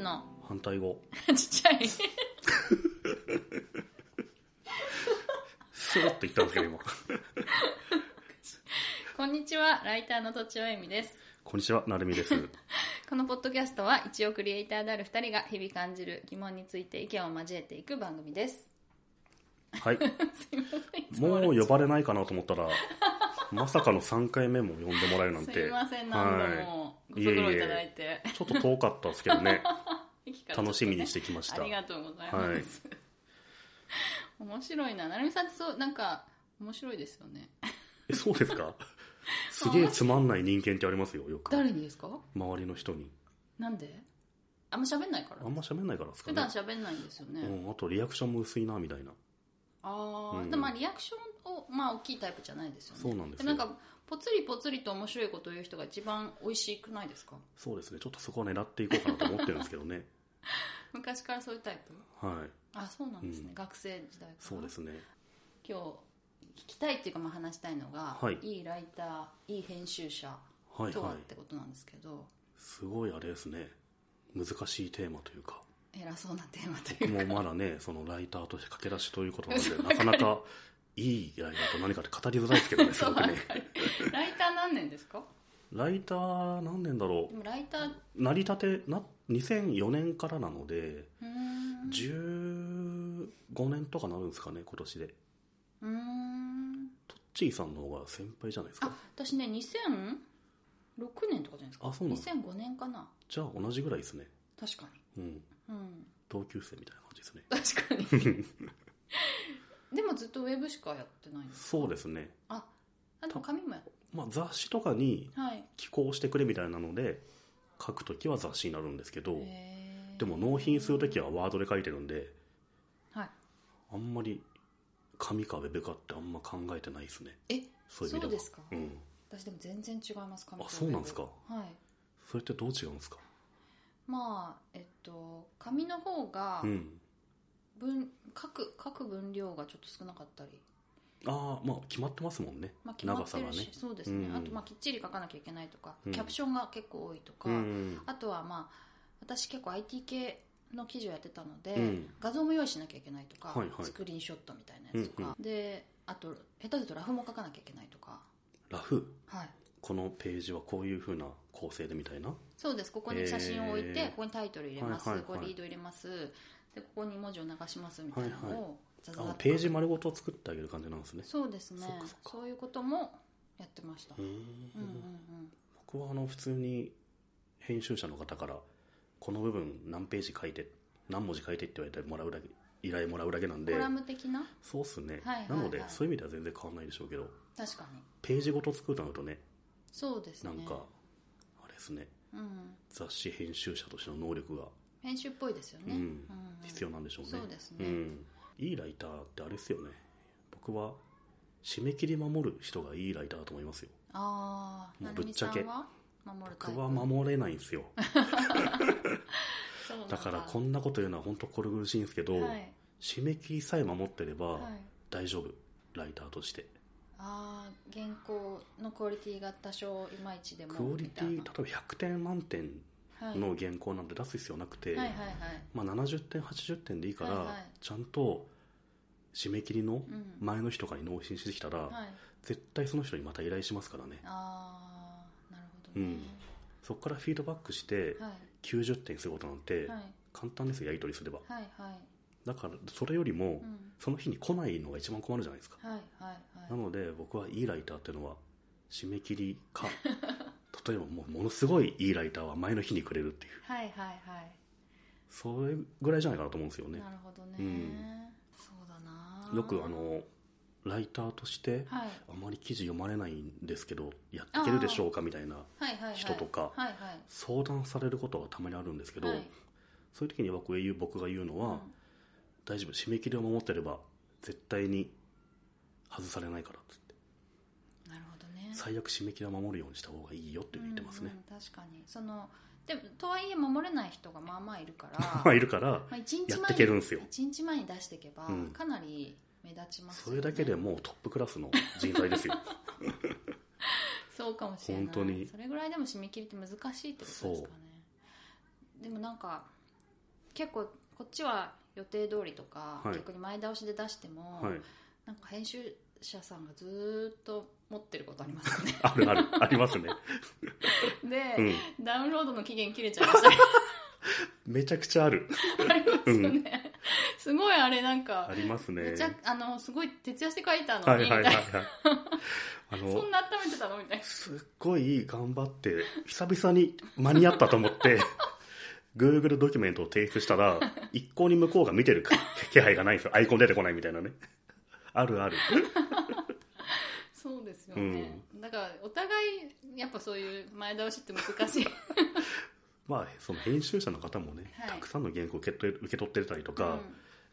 の 反対語ちっちゃい スロッと言ったんですけど 今こんにちはライターのとちおえみですこんにちはなる みですこのポッドキャストは一応クリエイターである2人が日々感じる疑問について意見を交えていく番組ですはいすいませんいつもも悪う口呼ばれないかなと思ったらまさかの3回目も呼んでもらえるなんてすいません何度もご足労いただいてちょっと遠かったですけど ね駅からちょっとね楽しみにしてきましたありがとうございます、面白いな成美さんってそうなんか面白いですよねえそうです かすげえつまんない人間ってありますよよく誰にですか周りの人になんであんま喋んないからあんま喋んないからですか普ね段喋んないんですよね、うん、あとリアクションも薄いなみたいなああ、うんでもまあリアクションを、まあ、大きいタイプじゃないですよねそうなんですよなんかぽつりぽつりと面白いことを言う人が一番美味しくないですかそうですねちょっとそこは狙っていこうかなと思ってるんですけど ね昔からそういうタイプはいあそうなんですね、うん学生時代からそうですね今日聞きたいっていうかまあ話したいのが、はいいライターいい編集者はいとははっいてことなんですけど、すごいあれですね難しいテーマというか偉そうなテーマという僕かもまだねそのライターとして駆け出しということなんでなかなかいいライターと何かって語りづらいですけどねすそうごくわかねるライター何年ですかライター何年だろでもライターうう成り立てな2004年からなのでーん15年とかなるんですかね今年でうーんトッチーさんの方が先輩じゃないですあか私ね2006年とかじゃないですかあそうなんだ2005年かなじゃあ同じぐらいですね確かうんにうん同級生みたいな感じですね確かにでもずっとウェブしかやってないんですそうですねああでも紙もやっまあ雑誌とかにはい寄稿してくれみたいなので書くときは雑誌になるんですけどへーでも納品するときはワードで書いてるんではいあんまり紙かウェブかってあんま考えてないですねえそういう意味ではそうですかうん、私でも全然違います紙とあそうなんですかウェブはいそれってどう違うんですかまあえっと紙の方がうん分書く書く分量がちょっと少なかったり、ああまあ決まってますもんねまあ、決まってる長さし、がねそうですね、うんあとまあきっちり書かなきゃいけないとか、うんキャプションが結構多いとか、うんあとはまあ私結構 IT 系の記事をやってたので、うん画像も用意しなきゃいけないとか、はいはいスクリーンショットみたいなやつとか、うんであと下手するとラフも書かなきゃいけないとか、ラフはい、このページはこういうふうな構成でみたいなそうですここに写真を置いて、えーここにタイトル入れます、はいはいはいここにリード入れますでここに文字を流しますみたいなのをザザザッとあページ丸ごと作ってあげる感じなんですねそうですねそっかそっかそういうこともやってました、うーんうんうんうん僕はあの普通に編集者の方からこの部分何ページ書いて何文字書いてって言われてもらうだけ依頼もらうだけなんでコラム的なそうっすね、はいはいはいなのでそういう意味では全然変わんないでしょうけど確かにページごと作るとなるとねそうですなねんか、あれですねうん、雑誌編集者としての能力が編集っぽいですよね、うんうん必要なんでしょうね、そうですねん、いいライターってあれですよね僕は締め切り守る人がいいライターだと思いますよああもうぶっちゃけ成美さんは守るタイ僕プは守れないんですよそうなんだからこんなこと言うのは本当心苦しいんですけど、はい締め切りさえ守ってればはい大丈夫、ライターとしてああ原稿のクオリティが多少いまいちでもクオリティ例えみばたい100点満点なはいの原稿なんて出す必要なくて、はいはいはいまあ、70点80点でいいから、はいはいちゃんと締め切りうのん前の日とかに納品してきたら、はい絶対その人にまた依頼しますからねああなるほどね、そこからフィードバックしてはい90点することなんてはい簡単ですよやり取りすればはいはいだからそれよりもうんその日に来ないのが一番困るじゃないですかはいはいなはいので僕はいいライターっていうのは締め切り か例えばもうものすごいいいライターは前の日にくれるっていうはいはいはいそれぐらいじゃないかなと思うんですよねなるほどね、うんそうだなよくあのライターとしてはいあまり記事読まれないんですけどやっていけるでしょうかみたいなはいはいはい人とかはいはい相談されることがたまにあるんですけど、はいそういう時に僕が言う僕が言うのは、うん大丈夫締め切りを守ってれば絶対に外されないからっつってなるほどね最悪締め切りは守るようにした方がいいよって言ってますねう、んうん確かにそのでもとはいえ守れない人がまあまあいるから まあいるからまあ一日や前っていけるんですよに一日前に出していけば、うんかなり目立ちますそよれねだけでもうトップクラスの人材ですよそうかもしれない本当にそれぐらいでも締め切りって難しいってことですかねでもなんか結構こっちは予定通りとか、はい逆に前倒しで出しても、はい、なんか編集者さんがずーっと持ってることありますよ ねあるあるありますね、うで、ん、ダウンロードの期限切れちゃいましたりめちゃくちゃあるありますよね、すごいあれなんかあ、りますねめちゃあのすごい徹夜して書いたはのいにはみいたはいいな、はい そあのんな温めてたのみたいなすっごい頑張って久々に間に合ったと思って Google ドキュメントを提出したら一向に向こうが見てる気配がないんですよアイコン出てこないみたいなねあるあるそうですよね、だからお互いやっぱそういう前倒しって難しいまあその編集者の方もね、はいたくさんの原稿を受け取受け取ってたりとか、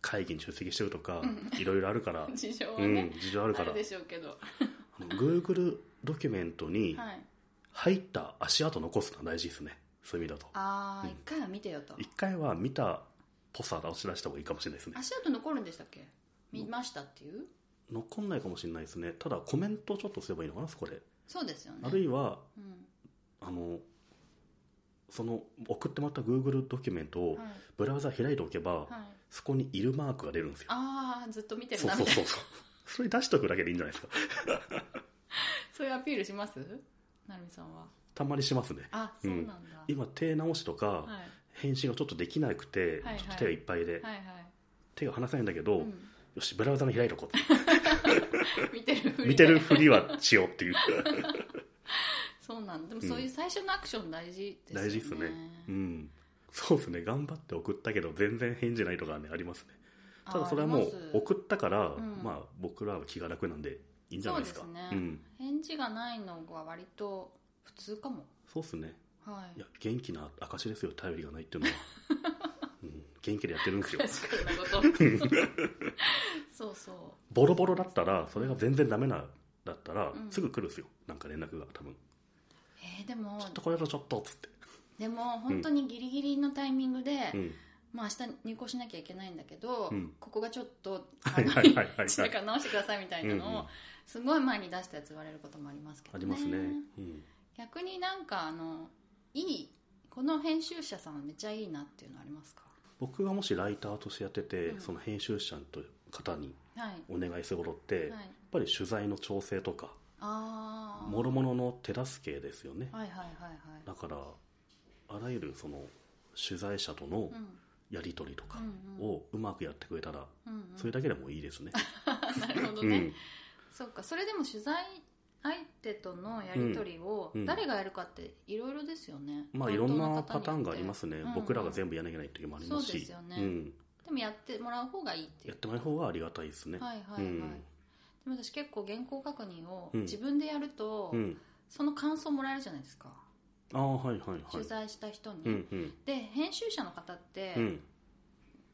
会議に出席してるとか、いろいろあるからうん、事情はうねん、、事情あるあからるでしょうけど、はあの Google ドキュメントにい、入った足跡残すのは大事ですねそういう意味だとああ、うん一回は見てよと一回は見たっぽさ出し出した方がいいかもしれないですね足跡残るんでしたっけ見ましたっていう残んないかもしれないですねただコメントをちょっとすればいいのかなそこでそうですよねあるいはうんあのその送ってもらった Google ドキュメントをはいブラウザ開いておけば、はい、そこにいるマークが出るんですよああずっと見てるそうなみそうたいなそうそうそれ出しとくだけでいいんじゃないですか そういうアピールしますなるみさんはたまにしますねあそうなんだ、今手直しとか、はい、はい返信がちょっとできなくて、はいはいちょっと手がいっぱいで、はい手が離せないんだけど、うんよしブラウザの開いとこう 見てるふりで見てるふりはしようっていうそうなんだでもそういう最初のアクション大事ですよね、大事ですねうんそうですね頑張って送ったけど全然返事ないとかねありますねあーただそれはもありうます送ったからんまあ僕らは気が楽なんでいいんじゃないですかそうですねん、返事がないのが割と普通かもそうですねはいや元気な証ですよ頼りがないっていう のは、うん、元気でやってるんですいよ 確かになことそうそうボロボロだったらそれが全然ダメなだったら、うんすぐ来るんですよなんか連絡が多分えーでもちょっとこれだとちょっとっつって、でも本当にギリギリのタイミングで、うん、まあ明日入校しなきゃいけないんだけど、うんここがちょっとはいはいはいはい あの 一から直してくださいみたいなうんのうをんすごい前に出したやつ言われることもありますけあどりねますね、うん、逆になんかあのいいこの編集者さんめっちゃいいなっていうのありますか僕がもしライターとしてやってて、うんその編集者と方にはいお願いすることって、はやっいぱり取材の調整とかああ諸々の手助けですよね、はいはいはいはだからあらゆるその取材者とのいうんやり取りとかうんうんをうまくやってくれたら、うんうんそれだけでもいいですね、 なるほどうね、ん、そうかそれでも取材相手とのやり取りをうんうん誰がやるかっていろいろですよね、まあい担ろ当んのな方によってパターンがありますね、うんうん僕らが全部やらなきゃいけない時もありますそうでしすよねうん、でもやってもらう方がいいっていやっうてもらう方がありがたいですね、はいはいはい、うんでも私結構原稿確認をうん自分でやると、うん、その感想もらえるじゃないですか、ああはいはいはい取材した人に、うんうんで編集者の方って、うん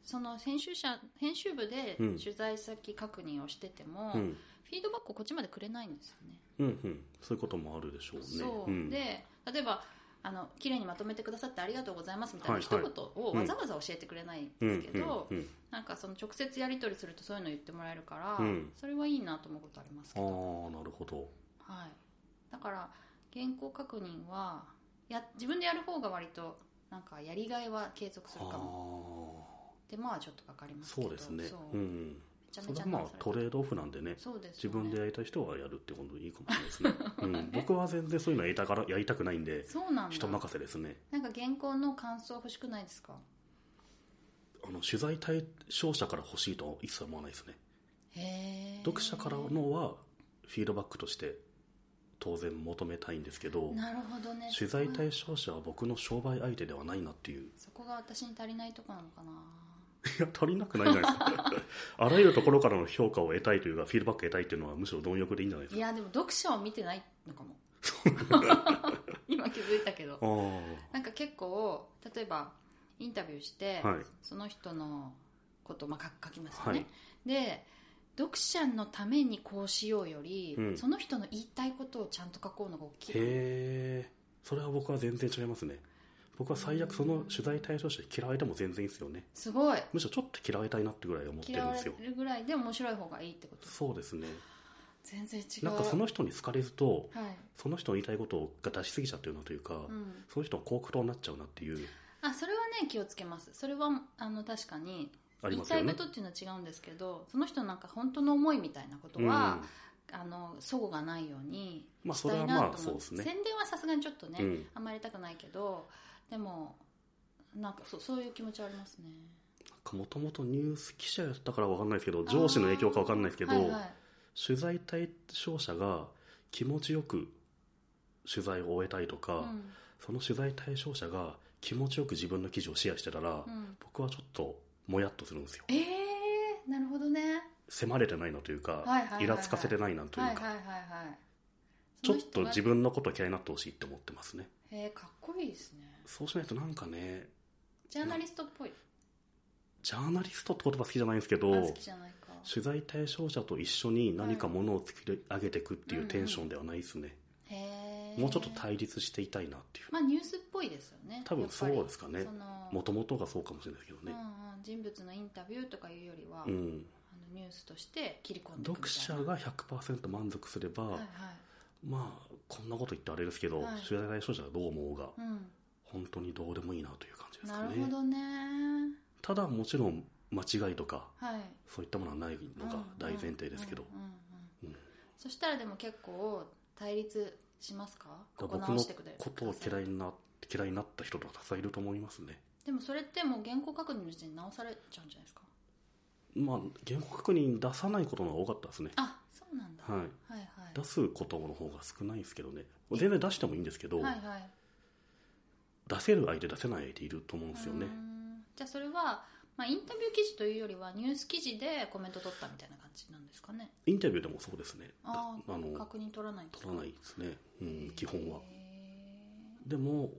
その編集者編集部でうん取材先確認をしてても、うフんィードバックをこっちまでくれないんですよねうんうん、そういうこともあるでしょうね。そう、ん、で例えばあの綺麗にまとめてくださってありがとうございますみたいなはい一はい言をわざわざ教えてくれないんですけど、うんうんなんかその直接やり取りするとそういうの言ってもらえるから、うんそれはいいなと思うことありますけど、うん、ああなるほどはい、だから原稿確認はや自分でやる方が割となんかやりがいは継続すあるかも手間はちょっとかかりあますけそどうですねそううめんちゃそめれちゃはまあ直されたトレードオフなんでねそうです自よね分でやりたい人はやるってことでいいかもしれないです ね、うん、僕は全然そういうのやりたからやりたくないんでそうなんだ人任せですねなんか原稿の感想欲しくないですかあの取材対象者から欲しいとは一切思わないですねへえ読者からのはフィードバックとして当然求めたいんですけどなるほどね取材対象者は僕の商売相手ではないなっていう そこが私に足りないとこなのかないや足りなくないじゃないですか あらゆるところからの評価を得たいというかフィードバックを得たいっていうのはむしろ貪欲でいいんじゃないでいすかやでも読者を見てないのかも 今気づいたけどああなんか結構例えばインタビューして、はいその人のこと、まあ、書書きますよはね、いで読者のためにこうしようより、うんその人の言いたいことをちゃんと書こうのが大きいへえそれは僕は全然違いますね僕は最悪その取材対象者に嫌われても全然いいですよねすごいむしろちょっと嫌われたいなってぐらい思って嫌るんわでれすよるぐらいで面白い方がいいってことそうですね全然違うなんかその人に好かれるとはいその人の言いたいことが出しすぎちゃってるなというか、うん、その人の幸福党になっちゃうなっていうあそれはねね気をつけますそれはあの確かにあり言いますたよいこねとっていうのは違うんですけどその人のなんか本当の思いみたいなことは、あの齟齬がないようにまあしたいそれはなまあと思うそうですね宣伝はさすがにちょっとね、うんうん、あんまりやりたくないけどでもなんかそうそういう気持ちはありますねもともとニュース記者やったからわかんないですけど上司の影響かわかんないですけど、はいはい取材対象者が気持ちよく取材を終えたいとか、うんその取材対象者が気持ちよく自分の記事をシェアしてたら、うん、僕はちょっともやっとするんですよえー、なるほどね迫れてないなというはいはか、いはいはいイラつかせてないなというはいか、はいはいはいちょっと自分分のこと嫌いになってほしいって思ってますねえー、かっこいいですねそうしないとなんかねジャーナリストっぽいジャーナリストって言葉好きじゃないんですけあど好きじゃないか取材対象者と一緒に何かものを作り上げていくっていうテンションではないですね、へえもうちょっと対立していたいなっていうまあニュースっぽいですよね多分そうですかやねっぱりそのもともとがそうかもしれないですけどうんね、うん、人物のインタビューとかいうよりは、うあのんニュースとして切り込んでいく読みたいな者が100%満足すれば、はいはいまあこんなこと言ってあれですけど、はい取材対象者がどう思おうがうん本当にどうでもいいなという感じですなかるねほどねただもちろん間違いとかはいそういったものはないのが大前提ですけど、うんうんうんうんうんそしたらでも結構対立しますかここ僕直のしてくれことを嫌いにな嫌いになった人とかたくさんいると思いますねでもそれってもう原稿確認の時点で直されちゃうんじゃないですかまあ原告確認出さないことの方が多かったですねあそうなんだ、はいはいはい出すことの方が少ないですけどね全然出してもいいんですけど、はいはい出せる相手出せない相手いると思うんですよねうーんじゃあそれは、まあ、インタビュー記事というよりはニュース記事でコメント取ったみたいな感じなんですかねインタビューでもそうですねだあああの確認取らないんですか取らないですね、うん、基本はへでも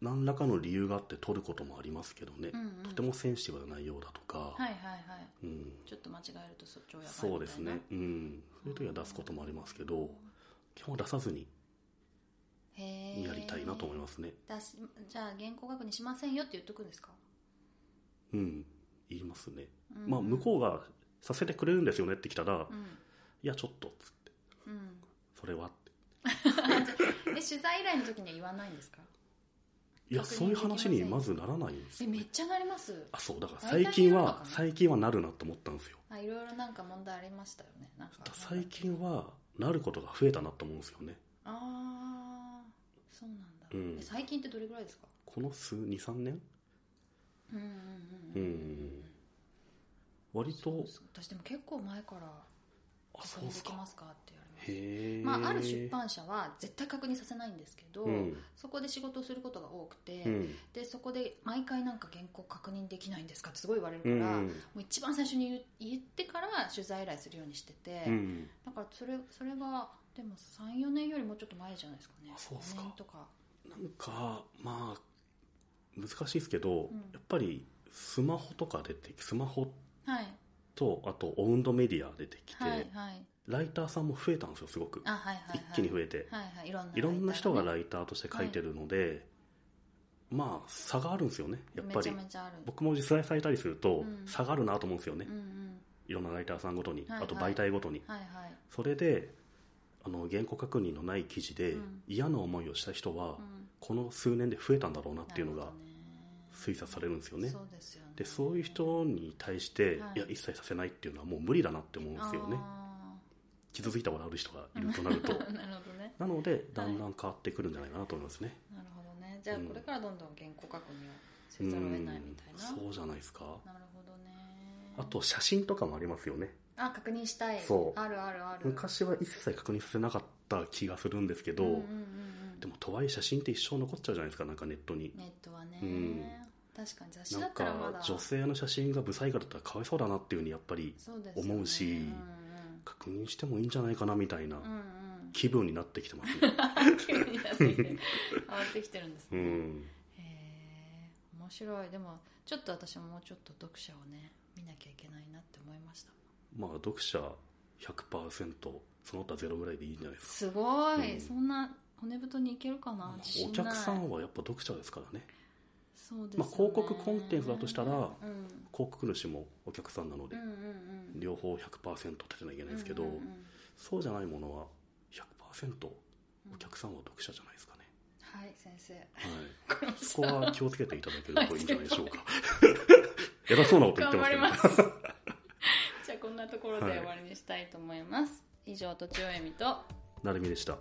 何らかの理由があって取ることもありますけどね、ーうんうん、とてもセンシティブな内容だとか、はいはいはいうん、ちょっと間違えるとそっちをやばいみたいなそうですね、うん、そういう時は出すこともありますけど基本出さずにへえやりたいなと思いますね、だしじゃあ原稿確認しませんよって言っとくんですか、うん言いますね、うんまあ向こうがさせてくれるんですよねってきたら、うん、いやちょっとっつってうん、それはってえ取材依頼の時には言わないんですかいや確認そういう話にできまませずならないんですえよめっちゃなりますあそうだから大体最近世のは中ね最近はなるなと思ったんですよあいろいろなんか問題ありましたよねなんか最近はなることが増えたなと思うんですよねああそうなんだ、うんえ最近ってどれぐらいですかこの数23年うんうんううんん割そうとです私でも結構前からあ確そうで認すできかますかって言われますへえまあ、ある出版社は絶対確認させないんですけど、うんそこで仕事をすることが多くて、うんでそこで毎回なんか原稿確認できないんですかってすごい言われるかうら、んもう一番最初に言う言ってから取材依頼するようにしてて、うんだからそれそれがでも34年よりもうちょっと前じゃないですかねあそうっすか五年とかなんかまあ難しいですけど、うんやっぱりスマホとか出てきスマホはいとあとオウンドメディア出てきて、はいはいライターさんも増えたんですよすごく、あはいはいはい一気に増えて、はいはいいろんないいろんな人がライライターとして書いてるので、まあ差があるんですよねタやーがねっぱりめちゃめちゃある僕も実際されたりするとうん差があるなと思うんですよね、うんうんいろんなライターさんごとに、はいはいあと媒体ごとにはいはいそれであの原稿確認のない記事で、うん嫌な思いをした人は、うんこの数年で増えたんだろうなっていうのながるほどね推察されるんですよねそうですよねでそういう人に対して、はいい、や一切させないっていうのはもう無理だなって思うんですよねあ傷ついたことある人がいるとなると ーなるほどねなのでだんだん変わってくるんじゃないかなと思いますね、なるほどねじゃあうんこれからどんどん原稿確認をせうんざるを得ないみたいな、そうじゃないですかなるほどねあと写真とかもありますよねあ確認したいそうあるあるある昔は一切確認させなかった気がするんですけど、うんうんうんうんでもとはいえ写真って一生残っちゃうじゃないですかなんかネットにネットはね、うん確かに雑誌だなんったらまかだ女性の写真が不細工だったらかわいそうだなっていうふうにやっぱりそうですよね思うしうん確認してもいいんじゃないかなみたいなうんうんうん気分になってきてます ね急にやってきて変わってきてるんです うね、んへえ面白いでもちょっと私ももうちょっと読者をね見なきゃいけないなって思いましたまあ読者100%その他ゼロぐらいでいいんじゃないですかすごい、うんそんな骨太にいけるかな自信おない客さんはやっぱ読者ですからねそうですよねまあ広告コンテンツだとしたらうん、広告主もお客さんなのでうんうんうん両方100%立てなきゃいけないですけどうんうんうんそうじゃないものは100%お客さんは読者じゃないですかねははい先生はい、これもそこは気をつけていただけるといいんじゃないでしょう かは やばそうなこと言っ頑てます張りけど、ます じゃあこんなところではい終わりにしたいと思います、以上とちおえみとなるみでした